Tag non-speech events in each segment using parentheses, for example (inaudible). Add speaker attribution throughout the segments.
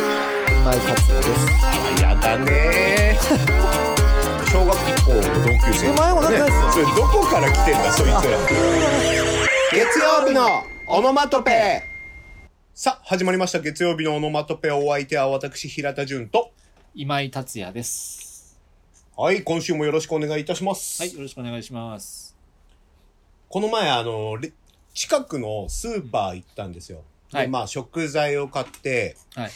Speaker 1: 今井達也です
Speaker 2: あやだねー小学校の同級生
Speaker 1: お前もなんか
Speaker 2: ねそれどこから来てんだそいつら
Speaker 1: 月曜日のオノマトペ
Speaker 2: さあ始まりました月曜日のオノマトペお相手は私平田純と
Speaker 3: 今井達也です。
Speaker 2: はい今週もよろしくお願いいたします、
Speaker 3: はい、よろしくお願いします。
Speaker 2: この前あのれ近くのスーパー行ったんですよ、
Speaker 3: は
Speaker 2: で
Speaker 3: い
Speaker 2: まあ食材を買って
Speaker 3: はい。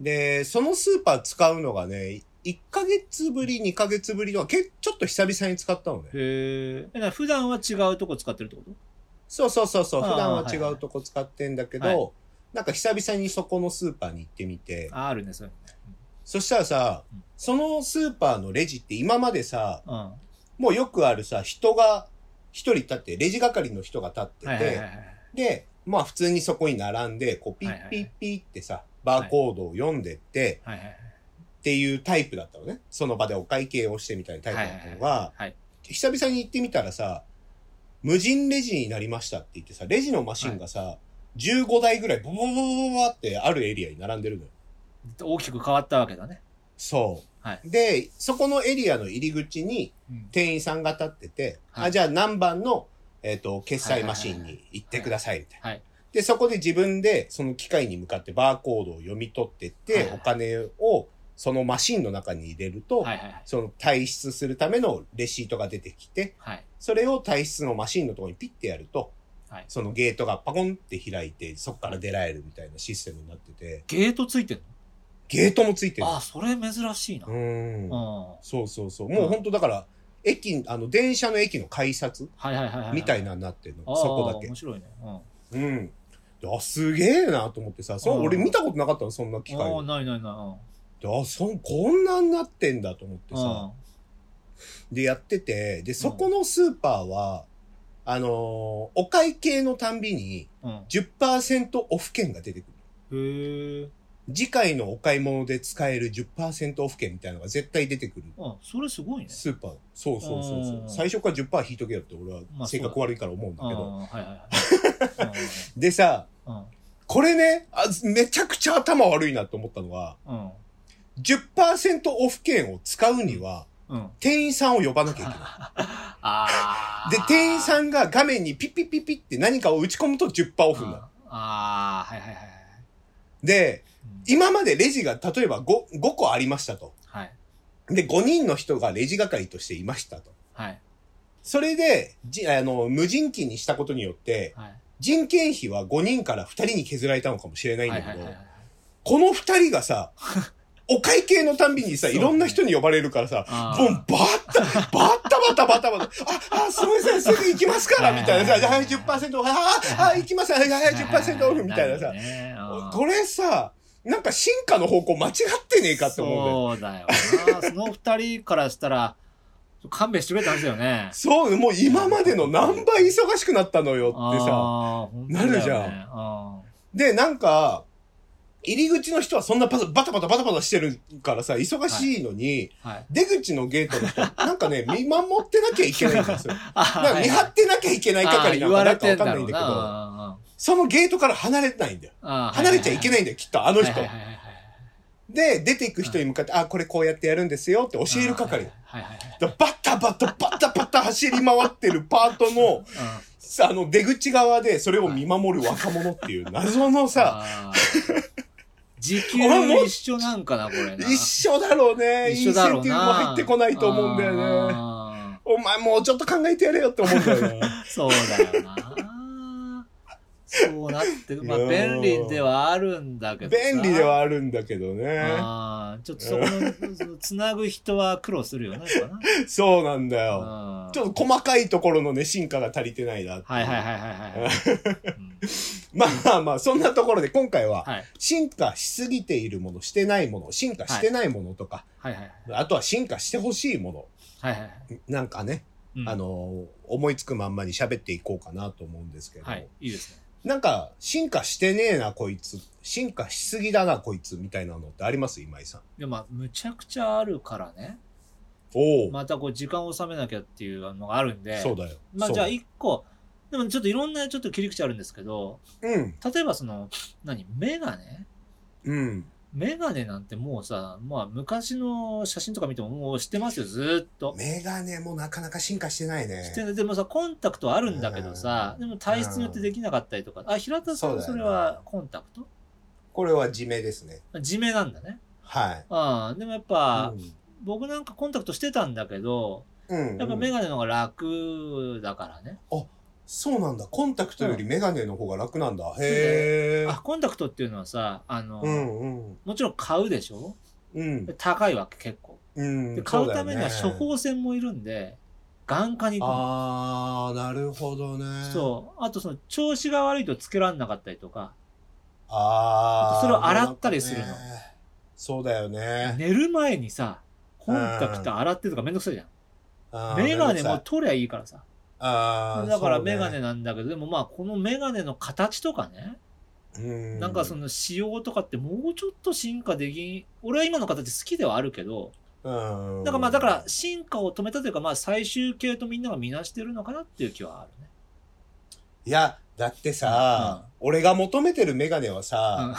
Speaker 2: でそのスーパー使うのがね1ヶ月ぶり2ヶ月ぶりのけちょっと久々に使ったのね
Speaker 3: へえ。普段は違うとこ使ってるってこと
Speaker 2: そうそうそうそう。
Speaker 3: あー
Speaker 2: 普段は
Speaker 3: はい
Speaker 2: 違
Speaker 3: はいう
Speaker 2: とこ使ってんだけど、
Speaker 3: はい
Speaker 2: なんか久々にそこのスーパーに行ってみて、
Speaker 3: あ、あるね、それ。
Speaker 2: そしたらさ
Speaker 3: うん、
Speaker 2: そのスーパーのレジって今までさ、
Speaker 3: うん。は
Speaker 2: もうよくあるさ、人が、一人立って、レジ係の人が立って
Speaker 3: い
Speaker 2: て、
Speaker 3: はいはいはい。
Speaker 2: で、まあ普通にそこに並んで、こうピ
Speaker 3: はいは
Speaker 2: ッ
Speaker 3: い
Speaker 2: ピッピッってさ、バーコードを読んでって、
Speaker 3: はいはい
Speaker 2: っていうタイプだったのね。その場でお会計をしてみたいなタイプだったのが、
Speaker 3: はいはい
Speaker 2: 久々に行ってみたらさ、無人レジになりましたって言ってさ、レジのマシンがさ、15台ぐらいボボボボボボってあるエリアに並んでるのよ。
Speaker 3: 大きく変わったわけだね。
Speaker 2: そう、
Speaker 3: はい
Speaker 2: で、そこのエリアの入り口に
Speaker 3: うん
Speaker 2: 店員さんが立ってて、
Speaker 3: はい
Speaker 2: あ、じゃあ何番の、えっ、と、決済マシンに行ってくださいみたいな。
Speaker 3: はい。
Speaker 2: で、そこで自分でその機械に向かってバーコードを読み取ってっ
Speaker 3: はい
Speaker 2: て
Speaker 3: は、い
Speaker 2: お金をそのマシンの中に入れると、
Speaker 3: はいはい
Speaker 2: その退出するためのレシートが出てきて、
Speaker 3: はい。
Speaker 2: それを退出のマシンのところにピッてやると、
Speaker 3: はい
Speaker 2: そのゲートがパコンって開いて、そこから出られるみたいなシステムになってて、
Speaker 3: ゲートついてん
Speaker 2: ゲートもついてる。
Speaker 3: のあ、それ珍しいな。
Speaker 2: う
Speaker 3: うん。
Speaker 2: ーん。
Speaker 3: は
Speaker 2: そうそうそう。もう本当だから、駅、あの、電車の駅の改札
Speaker 3: いはいはいはい。
Speaker 2: みたいなになってるの。
Speaker 3: あー。
Speaker 2: そこだけ
Speaker 3: 面。白いね。うん。
Speaker 2: うん。であ、すげえなと思ってさ、そううん俺見たことなかったの、そんな機械
Speaker 3: あー。ないないな
Speaker 2: であ、そん、こんなんなってんだと思っ
Speaker 3: い。
Speaker 2: て
Speaker 3: うん。
Speaker 2: さ。
Speaker 3: は
Speaker 2: で、やってて、で、そこのスーパーは、あのーお会計のたんびに
Speaker 3: いうん。
Speaker 2: 10%オフ券が出てくる。
Speaker 3: へえ。
Speaker 2: 次回のお買い物で使える10%オフ券みたいなのが絶対出てくる。
Speaker 3: あ、それすごいね。
Speaker 2: スーパー。そうそうそうそうう。
Speaker 3: ん
Speaker 2: 最初から10%引いとけよって俺
Speaker 3: ま
Speaker 2: は
Speaker 3: あそ
Speaker 2: 性
Speaker 3: うだ
Speaker 2: 格悪いから思うんだ
Speaker 3: あー
Speaker 2: けど。
Speaker 3: はいはい
Speaker 2: (laughs)
Speaker 3: はい。
Speaker 2: でさ、
Speaker 3: うんうん
Speaker 2: これねあ、めちゃくちゃ頭悪いなと思ったのは、
Speaker 3: うん。
Speaker 2: 10%オフ券を使うには、
Speaker 3: うん。
Speaker 2: 店員さんを呼ばなきゃいけない。
Speaker 3: あー (laughs)
Speaker 2: で、店員さんが画面にピッピッピッピッって何かを打ち込むと10%オフになる。
Speaker 3: ああ、はいはいはいはい。
Speaker 2: で、
Speaker 3: うん
Speaker 2: 今までレジが例えば 5, 5個ありましたと。
Speaker 3: はい。
Speaker 2: で、5人の人がレジ係としていましたと。
Speaker 3: はい。
Speaker 2: それで、じあの、無人機にしたことによって、
Speaker 3: はい。
Speaker 2: 人件費は5人から2人に削られたのかもしれないん
Speaker 3: は
Speaker 2: だ
Speaker 3: いは
Speaker 2: け
Speaker 3: い
Speaker 2: ど
Speaker 3: は、い。
Speaker 2: この2人が
Speaker 3: (laughs)
Speaker 2: さ、お会計のたんびにさ、
Speaker 3: そう
Speaker 2: い
Speaker 3: ね
Speaker 2: ろんな人に呼ばれるからさ、
Speaker 3: あー
Speaker 2: もうバッタ、 (laughs) バッタバタバタバタ、あ、あ、すみません、すぐ行きますから、みたいなさ、はい、10%、あ、あ、行きます、はい、はい、10%オフ、みたいなさ
Speaker 3: る、ねうん
Speaker 2: これさ、なんか進化の方向間違ってねえかって思うんだよ。
Speaker 3: そうだよな。その二人からしたら、勘弁してくれたんですよね。
Speaker 2: そう、もう今までの何倍忙しくなったのよってさ。
Speaker 3: あー本当だよ
Speaker 2: な
Speaker 3: ね
Speaker 2: るじゃん
Speaker 3: うん。
Speaker 2: で、なんか、入り口の人はそんなバタバタバタバタバタしてるからさ、忙しいのに、
Speaker 3: はい。
Speaker 2: 出口のゲート
Speaker 3: (laughs)
Speaker 2: の人、なんかね、見守ってなきゃいけないんですよ。
Speaker 3: あ
Speaker 2: なんか見張ってなきゃいけない係なのかなんかわかんないんだけ
Speaker 3: あ
Speaker 2: ど、
Speaker 3: ー
Speaker 2: そのゲートから離れてないんだよ。
Speaker 3: あー
Speaker 2: 離れちゃいけないんだよ、きっと、あの人。
Speaker 3: はいはいはいはい
Speaker 2: で、出ていく人に向かって、あ、これこうやってやるんですよって教える係。だか
Speaker 3: はいはいはいはい。
Speaker 2: らバタバタバタバタ走り回ってるパートの、
Speaker 3: うん
Speaker 2: さあの、出口側でそれを見守る若者っ
Speaker 3: (laughs)
Speaker 2: ていう謎のさ、
Speaker 3: あー時給
Speaker 2: お前も
Speaker 3: 一緒なんかな、これな。
Speaker 2: 一緒だろうね。
Speaker 3: 一緒だろうな
Speaker 2: インセンティブも入ってこないと思うんだよね。
Speaker 3: ね。
Speaker 2: お前もうちょっと考えてやれよって思うんだ
Speaker 3: (laughs)
Speaker 2: よね。
Speaker 3: そうだよな。そうなって、まあ
Speaker 2: いやー
Speaker 3: 便利ではあるんだけどさ
Speaker 2: 便利ではあるんだけどね。
Speaker 3: あーちょっとそこの、そのつなぐ人は苦労するよね、やっぱ
Speaker 2: そうなんだよ。
Speaker 3: な。うん
Speaker 2: ちょっと細かいところのね、進化が足りてないな。
Speaker 3: はいはいはいはいはい。うん
Speaker 2: まあまあまあ、そんなところで今回は、
Speaker 3: はい
Speaker 2: 進化しすぎているもの、してないもの、進化してないものとか、
Speaker 3: はいはい
Speaker 2: あとは進化してほしいも
Speaker 3: はいはいはい。
Speaker 2: の、なんかね、
Speaker 3: うん
Speaker 2: あ、の、思いつくまんまに喋っていこうかなと思うんですけど、
Speaker 3: はい、いいですね。
Speaker 2: なんか、進化してねえな、こいつ。進化しすぎだな、こいつ。みたいなのってあります今井さん。
Speaker 3: でまあ、むちゃくちゃあるからね。
Speaker 2: おお、
Speaker 3: またこう、時間を収めなきゃっていうのがあるんで。
Speaker 2: そうだよ。
Speaker 3: まあ
Speaker 2: そう
Speaker 3: じゃ
Speaker 2: だ
Speaker 3: あ
Speaker 2: よ
Speaker 3: 一個、でもちょっといろんなちょっと切り口あるんですけど、
Speaker 2: うん。
Speaker 3: 例えばその、何、メガネ
Speaker 2: うん。
Speaker 3: メガネなんてもうさ、まあ昔の写真とか見てももう知ってますよ、ずーっと。
Speaker 2: メガネもなかなか進化してないね
Speaker 3: 知っ。てるでもさ、コンタクトはあるんだけどさ、でも体質によってできなかったりとか。あ、平田さ
Speaker 2: そうんだよ
Speaker 3: そ
Speaker 2: な
Speaker 3: れはコンタクト
Speaker 2: これは地名ですね。
Speaker 3: 地名なんだね。
Speaker 2: はい。
Speaker 3: ああ、でもやっぱ、僕なんかコンタクトしてたんだけど、
Speaker 2: うん。うん
Speaker 3: やっぱ
Speaker 2: う
Speaker 3: メ
Speaker 2: ん
Speaker 3: ガネの方が楽だからね。
Speaker 2: そうなんだ。コンタクトよりメガネの方が楽なんだ。
Speaker 3: だよ
Speaker 2: へえ。
Speaker 3: あ、コンタクトっていうのはさ、あの、
Speaker 2: うんうん。
Speaker 3: もちろん買うでしょ
Speaker 2: うん
Speaker 3: で。高いわけ結構。
Speaker 2: うん
Speaker 3: で買うためには処。
Speaker 2: そうだよね
Speaker 3: 方箋もいるんで、眼科に行くの。
Speaker 2: あー、なるほどね。う。
Speaker 3: そう。あとその調子が悪いとつけらんなかったりとか、
Speaker 2: あ
Speaker 3: あと
Speaker 2: ー。
Speaker 3: それを洗ったりするの
Speaker 2: なんかね。そうだよね。
Speaker 3: 寝る前にさ、コンタクト洗ってとかめんどくさいじゃ
Speaker 2: あ
Speaker 3: ん。
Speaker 2: ー
Speaker 3: メガネも
Speaker 2: めんどくさい
Speaker 3: 取りゃいいからさ。
Speaker 2: あー
Speaker 3: だから
Speaker 2: そうね
Speaker 3: メガネなんだけど、でもまあこのメガネの形とかね、
Speaker 2: うん
Speaker 3: なんかその仕様とかってもうちょっと進化できん、俺は今の形好きではあるけど、
Speaker 2: うん
Speaker 3: なんかまあだから進化を止めたというかまあ最終形とみんなが見なしてるのかなっていう気はあるね。
Speaker 2: いやだってさ、俺が求めてるメガネはさ、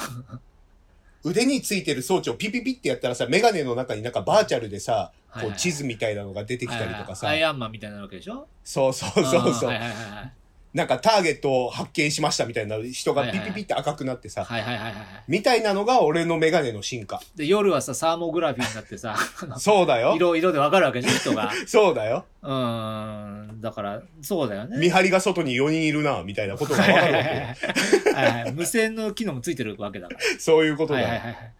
Speaker 2: 腕についてる装置をピピピってやったらさメガネの中になんかバーチャルでさ、
Speaker 3: はいはい
Speaker 2: こう地図みたいなのが出てきたりとかさ、
Speaker 3: はいはいアイアンマンみたいなわけでしょ
Speaker 2: そうそうそうそ
Speaker 3: あ
Speaker 2: う、
Speaker 3: ーはいはいはい
Speaker 2: なんかターゲットを発見しましたみたいな人がピピピって赤くなってさ、
Speaker 3: はい。はいはいはいはい。
Speaker 2: みたいなのが俺のメガネの進化
Speaker 3: で、夜はさ、サーモグラフィーになって
Speaker 2: (laughs)
Speaker 3: さ、あの
Speaker 2: そうだよ
Speaker 3: 色、色でわかるわけでしょ、人が。
Speaker 2: そうだよ、
Speaker 3: うーん、だから、そうだよね。
Speaker 2: 見張りが外に4人いるなみたいなことが分かるわけよ
Speaker 3: はいはいはい無線の機能もついてるわけだから。
Speaker 2: そういうことだ
Speaker 3: はい
Speaker 2: よ、
Speaker 3: はいはいはい。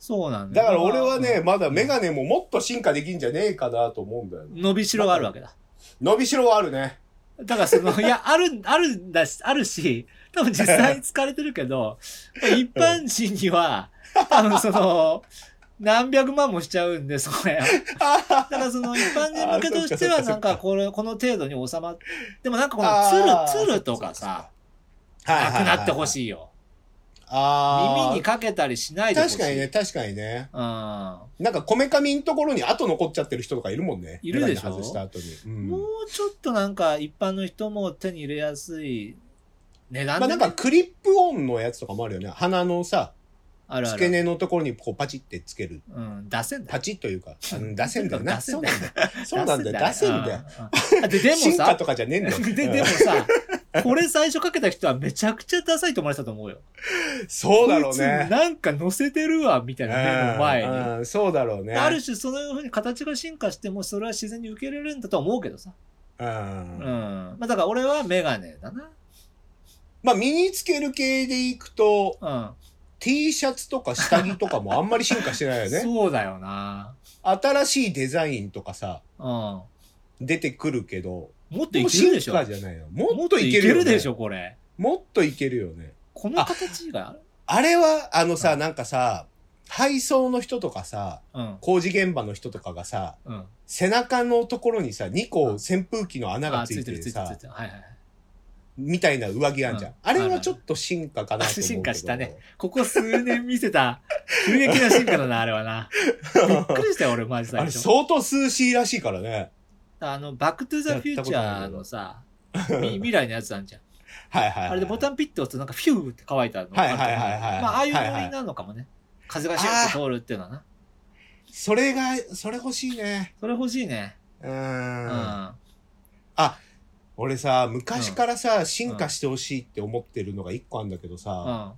Speaker 3: そうなんだ
Speaker 2: だ
Speaker 3: よ。
Speaker 2: から俺はね、
Speaker 3: まあ、
Speaker 2: まだメガネももっと進化できんじゃねえかなと思うんだよね。
Speaker 3: 伸びしろがあるわけだ。
Speaker 2: 伸びしろはあるね。
Speaker 3: だからその、い
Speaker 2: (laughs)
Speaker 3: や、ある、あるんだし、あるし、多分実際疲れてるけど、一般人には、多分その、何百万もしちゃうんで、それは。だからその一般人向けとして
Speaker 2: あ
Speaker 3: は
Speaker 2: ーそ
Speaker 3: な
Speaker 2: っ
Speaker 3: ん
Speaker 2: かそ
Speaker 3: か
Speaker 2: っかそっか
Speaker 3: これ、この程度に収まっ、でもなんかこ
Speaker 2: あ
Speaker 3: の
Speaker 2: ー
Speaker 3: ツル、ツルとかさ、なくなってほ
Speaker 2: い。
Speaker 3: しいよ。
Speaker 2: ああ。
Speaker 3: 耳にかけたりしないでほしい。
Speaker 2: 確かにね、。確かにね。
Speaker 3: うん。
Speaker 2: なんかこめかみんところに後残っちゃってる人とかいるもんね。
Speaker 3: いるでしょ
Speaker 2: メガネ外した後に。うん
Speaker 3: もうちょっとなんか一般の人も手に入れやすい値段
Speaker 2: ま
Speaker 3: で、
Speaker 2: あ
Speaker 3: ね
Speaker 2: なんかクリップオンのやつとかもあるよね。鼻のさ、
Speaker 3: あるあ
Speaker 2: 付け
Speaker 3: る。
Speaker 2: 根のところにこうパチってつける。
Speaker 3: うん、出せんだ
Speaker 2: パ
Speaker 3: よ。
Speaker 2: チッというか、あの出せんだよな。
Speaker 3: 出せ
Speaker 2: そうんな
Speaker 3: だ
Speaker 2: ん
Speaker 3: よ
Speaker 2: だよ。そうなんだよ。出せんだよ。
Speaker 3: うん。うんで、でも
Speaker 2: 進化
Speaker 3: さ、
Speaker 2: とかじゃねえんだよ。
Speaker 3: で、
Speaker 2: うん
Speaker 3: でもさ、これ最初かけた人はめちゃくちゃダサいと思われてたと思うよ。
Speaker 2: そうだろう
Speaker 3: こい
Speaker 2: ね
Speaker 3: つ。なんか乗せてるわ、みたいな目の前に。
Speaker 2: うんうんそうだろうね。
Speaker 3: ある種、そのふうに形が進化しても、それは自然に受け入れるんだとは思うけどさ。
Speaker 2: う
Speaker 3: うん。
Speaker 2: ん
Speaker 3: まあ、だから俺はメガネだな。
Speaker 2: まあ身につける系でいくと、
Speaker 3: うん。
Speaker 2: T シャツとか下着とかもあんまり進化してないよね。
Speaker 3: (laughs) そうだよな。
Speaker 2: 新しいデザインとかさ、
Speaker 3: うん。も
Speaker 2: 出てくるけど、
Speaker 3: っといけるでし
Speaker 2: 進
Speaker 3: ょ。
Speaker 2: 化じゃないよ。
Speaker 3: も
Speaker 2: も
Speaker 3: っ
Speaker 2: っ
Speaker 3: と
Speaker 2: と
Speaker 3: い
Speaker 2: い
Speaker 3: け
Speaker 2: けるよ、ね。
Speaker 3: るでしょ、これ。
Speaker 2: もっといけるよね。
Speaker 3: この形がある
Speaker 2: あれは、あのさ、なんかさ、配送の人とかさ、
Speaker 3: うん。
Speaker 2: 工事現場の人とかがさ、
Speaker 3: うん。
Speaker 2: 背中のところにさ、2個扇風機の穴
Speaker 3: あ
Speaker 2: が
Speaker 3: ー、
Speaker 2: つ
Speaker 3: つ
Speaker 2: い
Speaker 3: い
Speaker 2: て
Speaker 3: てる、
Speaker 2: る
Speaker 3: ついてる、つ
Speaker 2: さ
Speaker 3: い、てる。はいはいはい。
Speaker 2: みたいな上着あんじゃん。
Speaker 3: うん
Speaker 2: あれはちょっと進化かなと思うけど。
Speaker 3: 進化したね。ここ数年見せた、急激な進化だな、あれはな。びっくりしたよ、俺、マジ最
Speaker 2: あれ
Speaker 3: 初。
Speaker 2: 相当涼しいらしいからね。
Speaker 3: あの、バックトゥーザフューチャーのさ、
Speaker 2: (laughs)
Speaker 3: み未来のやつあんじゃん。
Speaker 2: はいはいはい。
Speaker 3: あれでボタンピッて押すとなんかフューって乾いたの。
Speaker 2: はいはいはいはい
Speaker 3: まあ、ああいう
Speaker 2: はい
Speaker 3: ノ
Speaker 2: は
Speaker 3: リ
Speaker 2: い
Speaker 3: なのかもね。風がシュッと通るっていうのはな。
Speaker 2: それが、それ欲しいね。
Speaker 3: それ欲しいね。
Speaker 2: う。
Speaker 3: うんん。
Speaker 2: 俺さ、昔からさ、進化してほしいって思ってるのが一個あんだけど
Speaker 3: う
Speaker 2: さ、
Speaker 3: ん。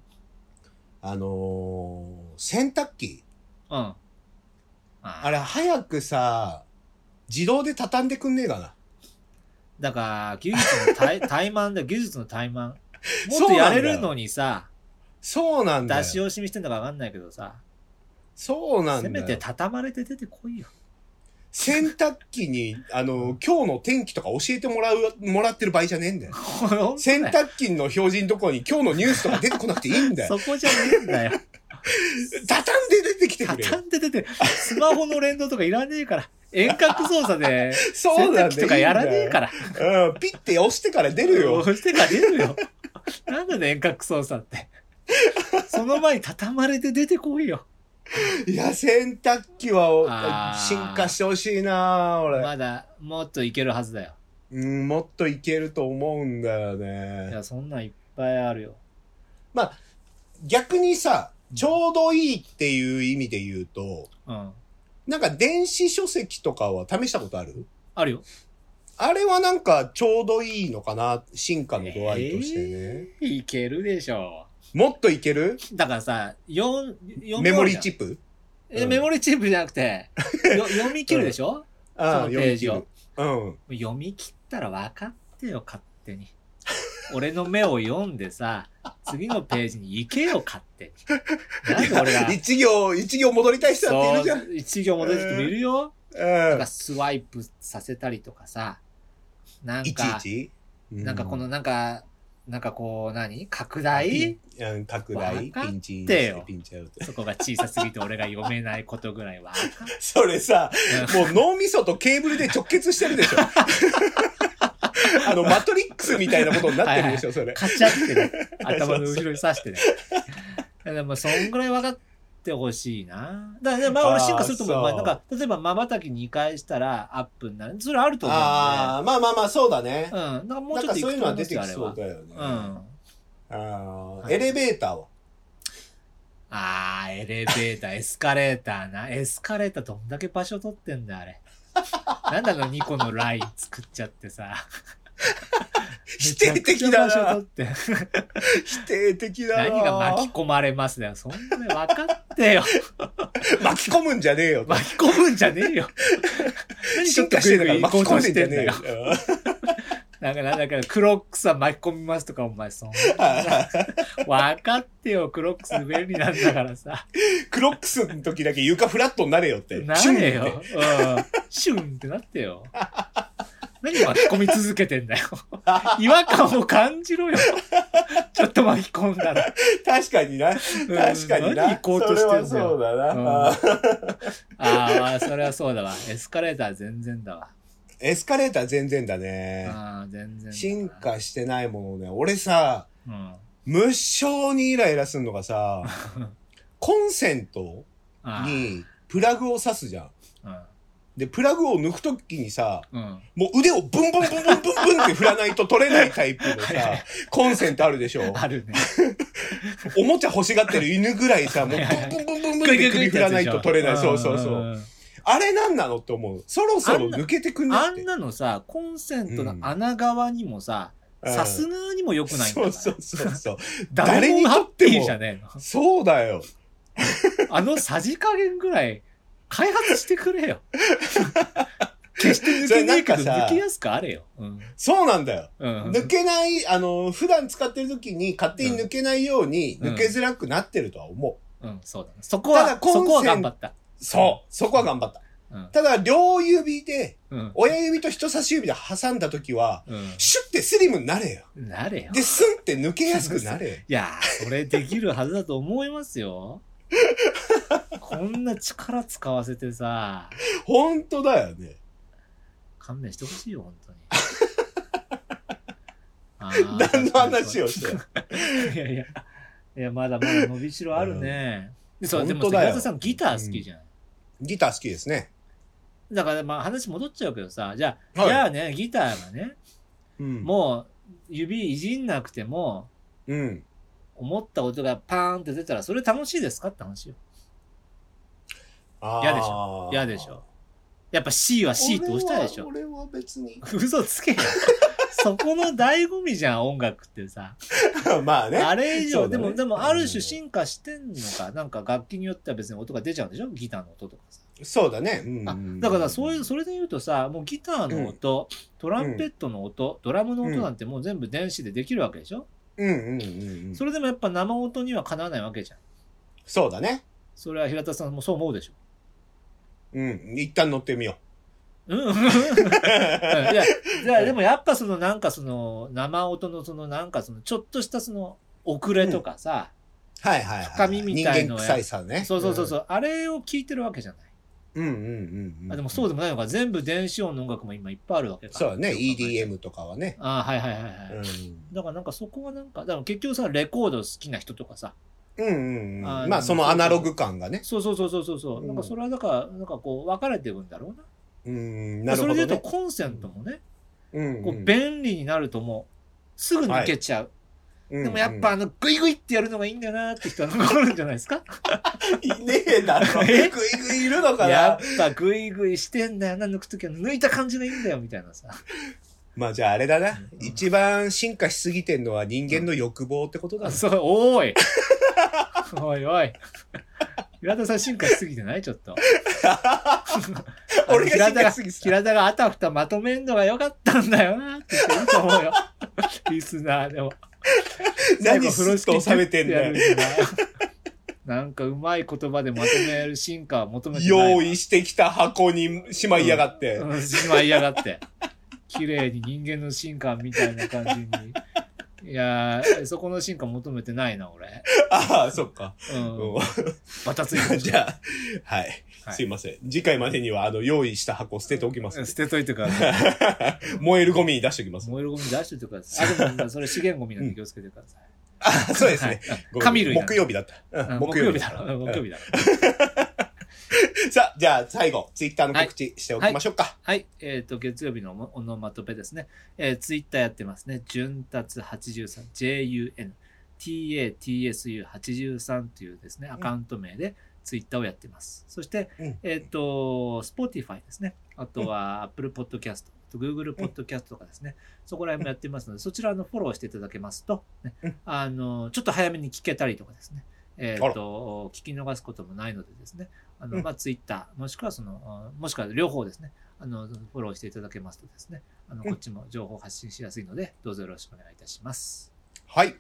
Speaker 2: あのー洗濯機。
Speaker 3: うん。
Speaker 2: あ
Speaker 3: あ
Speaker 2: れ、早くさ、自動で畳んでくんねえかな。
Speaker 3: だから、技術の
Speaker 2: (laughs)
Speaker 3: 怠怠慢だよ、技術の怠慢。もっと
Speaker 2: そうな
Speaker 3: や
Speaker 2: んだよ
Speaker 3: れるのにさ、
Speaker 2: そうなんだ
Speaker 3: 出し
Speaker 2: よ。
Speaker 3: 惜しみしてんのかわかんないけどさ、
Speaker 2: そうなんだ
Speaker 3: せ
Speaker 2: よ。
Speaker 3: めて畳まれて出てこいよ。 (laughs)
Speaker 2: 洗濯機に、あのー今日の天気とか教えてもらう、もらってる場合じゃねえんだよ。
Speaker 3: 本当だよ
Speaker 2: 洗濯機の表示のところに今日のニュースとか出てこなくていいんだ
Speaker 3: そ
Speaker 2: よ。
Speaker 3: こじゃねえんだ
Speaker 2: (laughs)
Speaker 3: よ。
Speaker 2: 畳んで出てきてくれよ。
Speaker 3: 畳んで出て、スマホの連動とかいらねえから。遠隔操作で、
Speaker 2: (laughs) そ
Speaker 3: 洗
Speaker 2: うなんだよ
Speaker 3: 濯機とかやらねえから。
Speaker 2: うん、ピッて押してから出る
Speaker 3: (laughs)
Speaker 2: よ。
Speaker 3: 押してから出るよ。なんだね、遠隔操作って。その前に畳まれて出てこいよ。
Speaker 2: いや、洗濯機は
Speaker 3: あー
Speaker 2: 進化してほしいな俺、
Speaker 3: まだ、もっといけるはずだよ。
Speaker 2: うん。もっといけると思うんだよ
Speaker 3: い
Speaker 2: ね。
Speaker 3: や、そんなんいっぱいあるよ。
Speaker 2: 逆にさ、ちょうどいいっていう意味で言うと、
Speaker 3: うん。
Speaker 2: なんか電子書籍とかは試したことある
Speaker 3: あるよ。
Speaker 2: あれはなんかちょうどいいのかな進化の度合いとしてね。
Speaker 3: えーいけるでしょ
Speaker 2: もっといける
Speaker 3: う。だからさ、4、4
Speaker 2: メモリーチ
Speaker 3: ップ。
Speaker 2: ップ
Speaker 3: え、
Speaker 2: うん
Speaker 3: メモリーチップじゃなくて、
Speaker 2: (laughs)
Speaker 3: よ読み切るでしょ、
Speaker 2: ああ、
Speaker 3: そのページを
Speaker 2: 読み切る。うん。
Speaker 3: もう読み切ったら分かってよ、勝手に。俺の目を読んでさ、次のページに行けよ、勝手に。なんで俺が。
Speaker 2: (laughs) 一行、一行戻りたい人だっているじゃん。
Speaker 3: そう、一行戻ってもいるよ。なん
Speaker 2: う。
Speaker 3: かスワイプさせたりとかさ、なんん
Speaker 2: いちい
Speaker 3: か、
Speaker 2: ち
Speaker 3: なんかこ、
Speaker 2: う
Speaker 3: のなんか、なんかこう何拡大
Speaker 2: ピンうん拡大、
Speaker 3: わか
Speaker 2: ピ
Speaker 3: っ
Speaker 2: ンチ
Speaker 3: てよ
Speaker 2: ピンチアウト。 (laughs)
Speaker 3: そこが小さすぎて俺が読めないことぐらいは。
Speaker 2: それさ、
Speaker 3: う
Speaker 2: もう脳みそとケーブルで直結してるでしょ。 (laughs) あの、マトリックスみたいなことになってるでしょ、それ
Speaker 3: ん。カチャって
Speaker 2: (laughs)
Speaker 3: ね、頭の後ろに刺してね。でもそんぐ (laughs) らい分かってほしいな。だからねまあ
Speaker 2: あー
Speaker 3: 俺進化すると思う。まあ
Speaker 2: そう
Speaker 3: なんか、例えば瞬き2回したらアップになる。それあると思うん
Speaker 2: ああ、まあまあまあ、そうだ
Speaker 3: で。うん。だ
Speaker 2: ね。
Speaker 3: からもう
Speaker 2: な
Speaker 3: ちょっ
Speaker 2: んか
Speaker 3: とい
Speaker 2: そうい
Speaker 3: く
Speaker 2: う
Speaker 3: と
Speaker 2: の
Speaker 3: 思う
Speaker 2: は
Speaker 3: んで
Speaker 2: 出
Speaker 3: す
Speaker 2: て
Speaker 3: よ、
Speaker 2: き
Speaker 3: あれ
Speaker 2: そう
Speaker 3: は。
Speaker 2: だよね。
Speaker 3: うん。あ
Speaker 2: あー
Speaker 3: はい
Speaker 2: エレベーターは
Speaker 3: あー、エレベーター、エスカレーターな。エスカレーターどんだけ場所取ってんだ、あ
Speaker 2: (laughs)
Speaker 3: れ。なんだあの2個のライン作っちゃってさ。
Speaker 2: 否定
Speaker 3: めちゃく
Speaker 2: 的だ
Speaker 3: ちゃ場所
Speaker 2: な
Speaker 3: 取。って。
Speaker 2: 否定的だな。
Speaker 3: 何が巻き込まれますだよ。そんな分かってよ。
Speaker 2: 巻き込むんじゃねえよ。
Speaker 3: 巻き込むんじゃねえ
Speaker 2: (laughs)
Speaker 3: よ。何ちょ
Speaker 2: 進
Speaker 3: っと
Speaker 2: 化してんだか
Speaker 3: グ
Speaker 2: ら
Speaker 3: イグイ
Speaker 2: 巻き込んでんじゃねえよ
Speaker 3: 行こうとしてん。なんかなんだから、クロックスは巻き込みますとか、お前、そんな。分かってよ、クロックス便利なんだからさ。
Speaker 2: (laughs) クロックスの時だけ床フラットになれよって。
Speaker 3: な
Speaker 2: シュンっ
Speaker 3: れ
Speaker 2: て
Speaker 3: よ。うん。シュンってなってよ。何巻き込み続けてんだ
Speaker 2: (laughs)
Speaker 3: よ。違和感を感じろよ。ちょっと巻き込んだら。
Speaker 2: 確かにな。
Speaker 3: うん
Speaker 2: 確かにな。
Speaker 3: 何行こうとしてん
Speaker 2: そ
Speaker 3: だ
Speaker 2: れはそう
Speaker 3: よ。
Speaker 2: だな。
Speaker 3: うん
Speaker 2: あー
Speaker 3: ああ、それはそうだわ。エスカレーター全然だわ。
Speaker 2: エスカレーター全然だね。
Speaker 3: ああ、全然だな。
Speaker 2: 進化してないものね。俺さ、
Speaker 3: うん。
Speaker 2: 無性にイライラするのがさ、コンセント
Speaker 3: あ
Speaker 2: にプラグを刺すじゃん。
Speaker 3: あ。
Speaker 2: で、プラグを抜くときにさ、
Speaker 3: うん。うん。
Speaker 2: もう腕をブンブンブンブンブンブンって振らないと取れないタイプのさ、コンセントあるでしょ
Speaker 3: あるね。
Speaker 2: おもちゃ欲しがってる犬ぐらいさ、もうブンブンブンブンブンって (laughs) 首振らないと取れない。そうそうそ
Speaker 3: ん
Speaker 2: う。
Speaker 3: んん。
Speaker 2: あれなんなのって思う。そろそろ抜けてくんね
Speaker 3: あ
Speaker 2: っ
Speaker 3: ん
Speaker 2: て。
Speaker 3: なのさ、コンセントの穴側にもさ、
Speaker 2: うん
Speaker 3: さすがにも良くないんだか
Speaker 2: そう
Speaker 3: ら。
Speaker 2: そうそうそう。
Speaker 3: 誰にとっても。じゃね
Speaker 2: そうだよ。
Speaker 3: えの。あのさじ加減ぐらい、開発してくれ
Speaker 2: (laughs)
Speaker 3: よ。決して抜けねえけ
Speaker 2: そ
Speaker 3: ど、
Speaker 2: れなんかさ
Speaker 3: 抜けやすくあれよ。うん。
Speaker 2: そうなんだよ。
Speaker 3: うん。
Speaker 2: 抜けない、あの、普段使ってる時に勝手に抜けないように
Speaker 3: うん
Speaker 2: 抜けづらくなってるとは思う。
Speaker 3: うん、そうだね。そこは、
Speaker 2: ただ
Speaker 3: そ
Speaker 2: コンセン
Speaker 3: こは頑張った。
Speaker 2: そう。そこは頑張った。
Speaker 3: うん。
Speaker 2: ただ、両指で、
Speaker 3: うん。
Speaker 2: 親指と人差し指で挟んだ時は、
Speaker 3: う
Speaker 2: シュッてスリムになれよ。
Speaker 3: ん。なれよ。
Speaker 2: で、スンって抜けやすくな
Speaker 3: (laughs)
Speaker 2: れよ。
Speaker 3: いやー、それできるはずだと思います
Speaker 2: (laughs)
Speaker 3: よ。こんな力使わせてさ、
Speaker 2: ほんとだよね。
Speaker 3: 勘弁してほしいよ、本
Speaker 2: (laughs)
Speaker 3: 当に。あー
Speaker 2: 何の話をしてる
Speaker 3: いやいや、いや、まだまだ伸びしろあるね。でそう、でも
Speaker 2: 本当
Speaker 3: さ、
Speaker 2: だよ
Speaker 3: 岩田さんギター好きじゃん。
Speaker 2: ギター好きですね。
Speaker 3: だから、まあ話戻っちゃうけどさ、じゃあ、
Speaker 2: はい
Speaker 3: じゃあね、ギターがね、
Speaker 2: うん
Speaker 3: もう指いじんなくても、
Speaker 2: うん。
Speaker 3: 思った音がパーンって出たら、それ楽しいですかって話よ。
Speaker 2: あー
Speaker 3: 嫌でし嫌でしょ。やっぱ C は C って押したいでしょ。。
Speaker 2: 俺は俺は別に (laughs)
Speaker 3: 嘘つけよ。そこの醍醐味じゃん、音楽ってさ。
Speaker 2: まあね。
Speaker 3: あれ以上、
Speaker 2: そう
Speaker 3: で
Speaker 2: だね
Speaker 3: も、でも、ある種進化してんのか。なんか楽器によっては別に音が出ちゃうんでしょギターの音とかさ。
Speaker 2: そうだね。うん
Speaker 3: あだから、そういう、それで言うとさ、もうギターの音、トランペットの音、ドラムの音なんてもう全部電子でできるわけでしょ
Speaker 2: うんうんうんうん。
Speaker 3: それでもやっぱ生音にはかなわないわけじゃん。
Speaker 2: そうだね。
Speaker 3: それは平田さんもそう思うでしょ
Speaker 2: うん。一旦乗ってみよ
Speaker 3: うんうん。いや、じゃあでもやっぱそのなんかその生音のそのなんかそのちょっとしたその遅れとかさ、
Speaker 2: う。はいはいはい。
Speaker 3: 深みみたいの
Speaker 2: 人
Speaker 3: や
Speaker 2: 間臭いさね。
Speaker 3: そうそうそうそう、あれを聞いてるわけじゃない。
Speaker 2: うん。うんうんうんうん。
Speaker 3: あでもそうでもないのか、全部電子音の音楽も今いっぱいあるわけか。
Speaker 2: そうだね。
Speaker 3: よく考えたら。
Speaker 2: EDM とかはね。
Speaker 3: ああ、はいはいはいはい。
Speaker 2: うん
Speaker 3: だからなんかそこはなんか、だから結局さ、レコード好きな人とかさ、
Speaker 2: うんうん
Speaker 3: あ
Speaker 2: う
Speaker 3: ー
Speaker 2: ん。まあそのアナログ感がね。
Speaker 3: そうそうそうそうそうそう、
Speaker 2: うん
Speaker 3: なんかそれはだから、なんかこう分かれていくんだろうな。
Speaker 2: うん。なるほど
Speaker 3: それで言うと。
Speaker 2: ね
Speaker 3: コンセントもね、
Speaker 2: うん
Speaker 3: こ
Speaker 2: う。
Speaker 3: うん便利になると思う。すぐ抜けちゃう。
Speaker 2: で
Speaker 3: でもやっぱ、あの、グイグイってやるのがいいんだよなーって人は残るんじゃないです
Speaker 2: (laughs)
Speaker 3: か (laughs)
Speaker 2: いねえだろ。グイ
Speaker 3: え
Speaker 2: グイいるのか
Speaker 3: や
Speaker 2: な
Speaker 3: っぱグイグイしてんだよな、抜くときは抜いた感じがいいんだよ、みたいなさ。
Speaker 2: まあじゃああれだな。
Speaker 3: うん
Speaker 2: 一番進化しすぎてんのは人間の欲望ってことだ
Speaker 3: あ (laughs)
Speaker 2: な。
Speaker 3: そう、おーい。おいおい。平田さん進化しすぎてないちょっと。
Speaker 2: 俺
Speaker 3: 平
Speaker 2: が進
Speaker 3: 田
Speaker 2: 化
Speaker 3: が、
Speaker 2: しすぎてた。
Speaker 3: 平田があたふたまとめんのが良かったんだよなって言っていいと思うよ。リスナーでも。
Speaker 2: 何スッと収めてんだよ。
Speaker 3: 最後風呂敷ギュッてやるじゃないなんかうまい言葉でまとめる進化は求めてないわ。
Speaker 2: 用意してきた箱にしまいやがって。
Speaker 3: うんしまいやがって。綺麗に人間の進化みたいな感じに。いやー、そこの進化求めてないな、俺。
Speaker 2: ああ、そっか。
Speaker 3: うん。
Speaker 2: う
Speaker 3: バタついてる
Speaker 2: ん (laughs) じゃあ、はい。
Speaker 3: はい
Speaker 2: すいません。次回までには、あの、用意した箱捨てておきますんで。
Speaker 3: 捨てといてください。
Speaker 2: (laughs) 燃えるゴミに出しておきます。
Speaker 3: 燃えるゴミ出しておいてください。あ、でもそれ資源ゴミなんで気をつけてください。
Speaker 2: あそうですね。
Speaker 3: はい
Speaker 2: ごめん
Speaker 3: 紙類なんで
Speaker 2: 木曜日だった。うん
Speaker 3: うん
Speaker 2: 木
Speaker 3: 木
Speaker 2: 曜
Speaker 3: 曜
Speaker 2: 日
Speaker 3: 日
Speaker 2: だ
Speaker 3: だ
Speaker 2: っ
Speaker 3: ろ。木曜日だろ。
Speaker 2: た。さあ、じゃあ最後、ツイッターの告知しておきましょうか。
Speaker 3: はい。えっ、と、月曜日のオノマトペですね。えー、ツイッターやってますね。潤達83、JUN、TATSU83 というですね、アカウント名でツイッターをやってます。そして、
Speaker 2: うん
Speaker 3: えっ、と、Spotify ですね。あとは Apple Podcast、Google Podcast とかですね。そこら辺もやってますので、そちらのフォローしていただけますと、ね
Speaker 2: うん
Speaker 3: あの、ちょっと早めに聞けたりとかですね。えっ、
Speaker 2: あら
Speaker 3: と、聞き逃すこともないのでですね。あ
Speaker 2: う
Speaker 3: の、
Speaker 2: ん
Speaker 3: まあ、ツイッター、もしくはその、あもしくは両方ですね。あの、フォローしていただけますとですね、あの、
Speaker 2: うん
Speaker 3: こっちも情報発信しやすいので、どうぞよろしくお願いいたします。
Speaker 2: はい。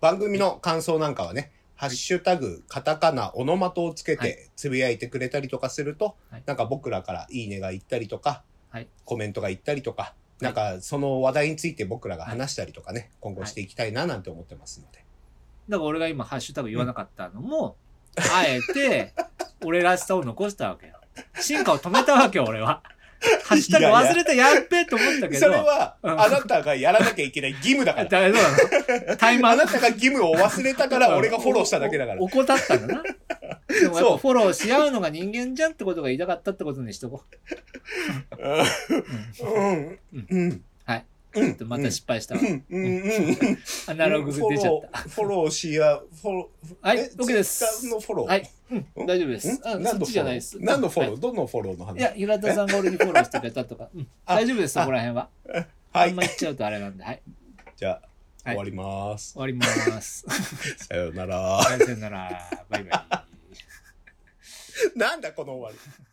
Speaker 2: 番組の感想なんかはね、ハッシュタグ、カタカナ、オノマトをつけ
Speaker 3: は
Speaker 2: てつぶやいてくれたりとかすると、
Speaker 3: はい
Speaker 2: なんか僕らからいいねが言ったりとか、
Speaker 3: はい
Speaker 2: コメントが言ったりとか、なんかその話題について僕らが話したりとかね、今後していきたいななんて思ってますので。
Speaker 3: だから俺が今、ハッシュタグ言わなかったのも、あえて、俺らしさを残したわけよ。進化を止めたわけよ、俺は。ハッシュタグ忘れてやっべえと思ったけ
Speaker 2: そ
Speaker 3: ど。
Speaker 2: れは、
Speaker 3: うん
Speaker 2: あなたがやらなきゃいけない義務だか
Speaker 3: あ
Speaker 2: ら。
Speaker 3: だからそうなの。タイマー
Speaker 2: あなたが義務を忘れたから俺がフォローしただけだから
Speaker 3: お。お怠ったんだな。でもやっ
Speaker 2: そう
Speaker 3: ぱフォローし合うのが人間じゃんってことが言いたかったってことにしとこう。うん
Speaker 2: うん。うん。
Speaker 3: はい。
Speaker 2: うん
Speaker 3: ちょっとまた失敗したわ
Speaker 2: う。ん。うん。うん。
Speaker 3: アナログ出ちゃった。
Speaker 2: た。フォローしや、フォロー。
Speaker 3: はい
Speaker 2: え
Speaker 3: OK です
Speaker 2: ツイッターのフォロー。
Speaker 3: はい。うん
Speaker 2: うん
Speaker 3: 大丈夫です。あ
Speaker 2: ん
Speaker 3: そっちじゃないです。
Speaker 2: 何のフォロー、
Speaker 3: は
Speaker 2: どのフォローの話
Speaker 3: いいや、平田さんが俺にフォローしてくれたとか。うん
Speaker 2: あ
Speaker 3: 大丈夫です、そ
Speaker 2: あ
Speaker 3: こら辺は。
Speaker 2: は
Speaker 3: あん
Speaker 2: い
Speaker 3: ま。言っちゃうとあれなんで。はい。
Speaker 2: じゃあ、
Speaker 3: はい
Speaker 2: 終わります
Speaker 3: 終。わります。
Speaker 2: (laughs) さような
Speaker 3: (laughs)
Speaker 2: ら。
Speaker 3: さよなら。バイバイ。
Speaker 2: なんだこの終わり。